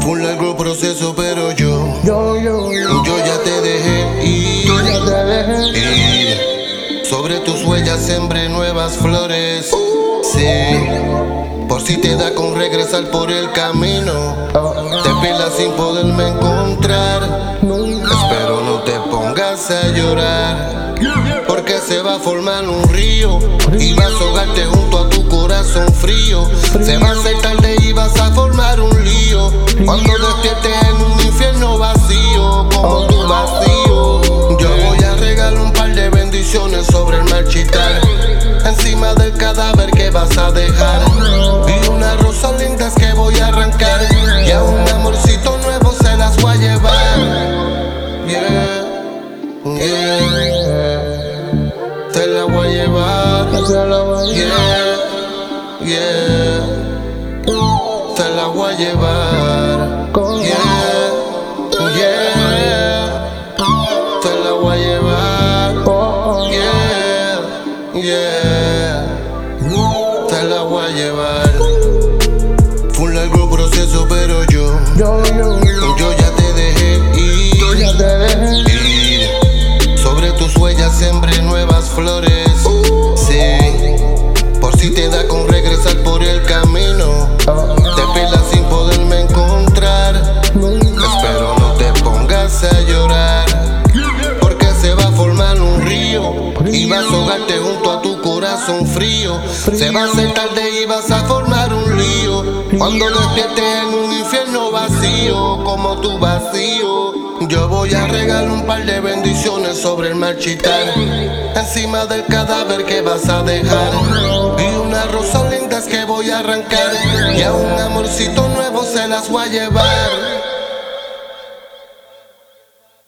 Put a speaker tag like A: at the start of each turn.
A: Fue un largo proceso, pero yo,
B: Yo, yo, yo.
A: yo ya te dejé ir.
B: Yo ya te dejé.
A: ir. Sobre tus huellas sembré nuevas flores. Sí, por si te da con regresar por el camino. Te pilas sin poderme encontrar.
B: Nunca.
A: Espero no te pongas a llorar. Porque se va a formar un río. Y vas a ahogarte junto a tu corazón frío. Se va a hacer tarde y vas a formar un lío. Cuando despiertes en un infierno vacío, como tu vacío. Yo voy a regalar un par de bendiciones sobre el marchitar. Encima del cadáver que vas a dejar. Y unas rosas lindas que voy a arrancar. Y a un amorcito nuevo se las voy a llevar. Yeah, yeah. Te la voy a llevar.
B: Se la voy a
A: Yeah, yeah. Te la voy a llevar.
B: con-
A: Yeah, yeah. Te la voy a llevar.
B: oh, oh.
A: Yeah, yeah. Te la voy a llevar. Fue un largo proceso, pero yo,
B: Yo, yo, yo.
A: yo ya te dejé ir.
B: Yo ya te dejé.
A: Ir. Sobre tus huellas sembré nuevas flores. Sí, por si te da con regresar por el camino.
B: Oh,
A: Te pelas sin poderme encontrar.
B: Nunca.
A: Espero no te pongas a llorar. Porque se va a formar un río. Y vas a ahogarte junto a tu corazón frío. Se va a hacer tarde y vas a formar un lío. Cuando despiertes en un infierno vacío, como tu vacío. Yo voy a regalar un par de bendiciones sobre el marchitar. Encima del cadáver que vas a dejar. Y unas rosas lindas que voy a arrancar. Y a un amorcito nuevo se las voy a llevar.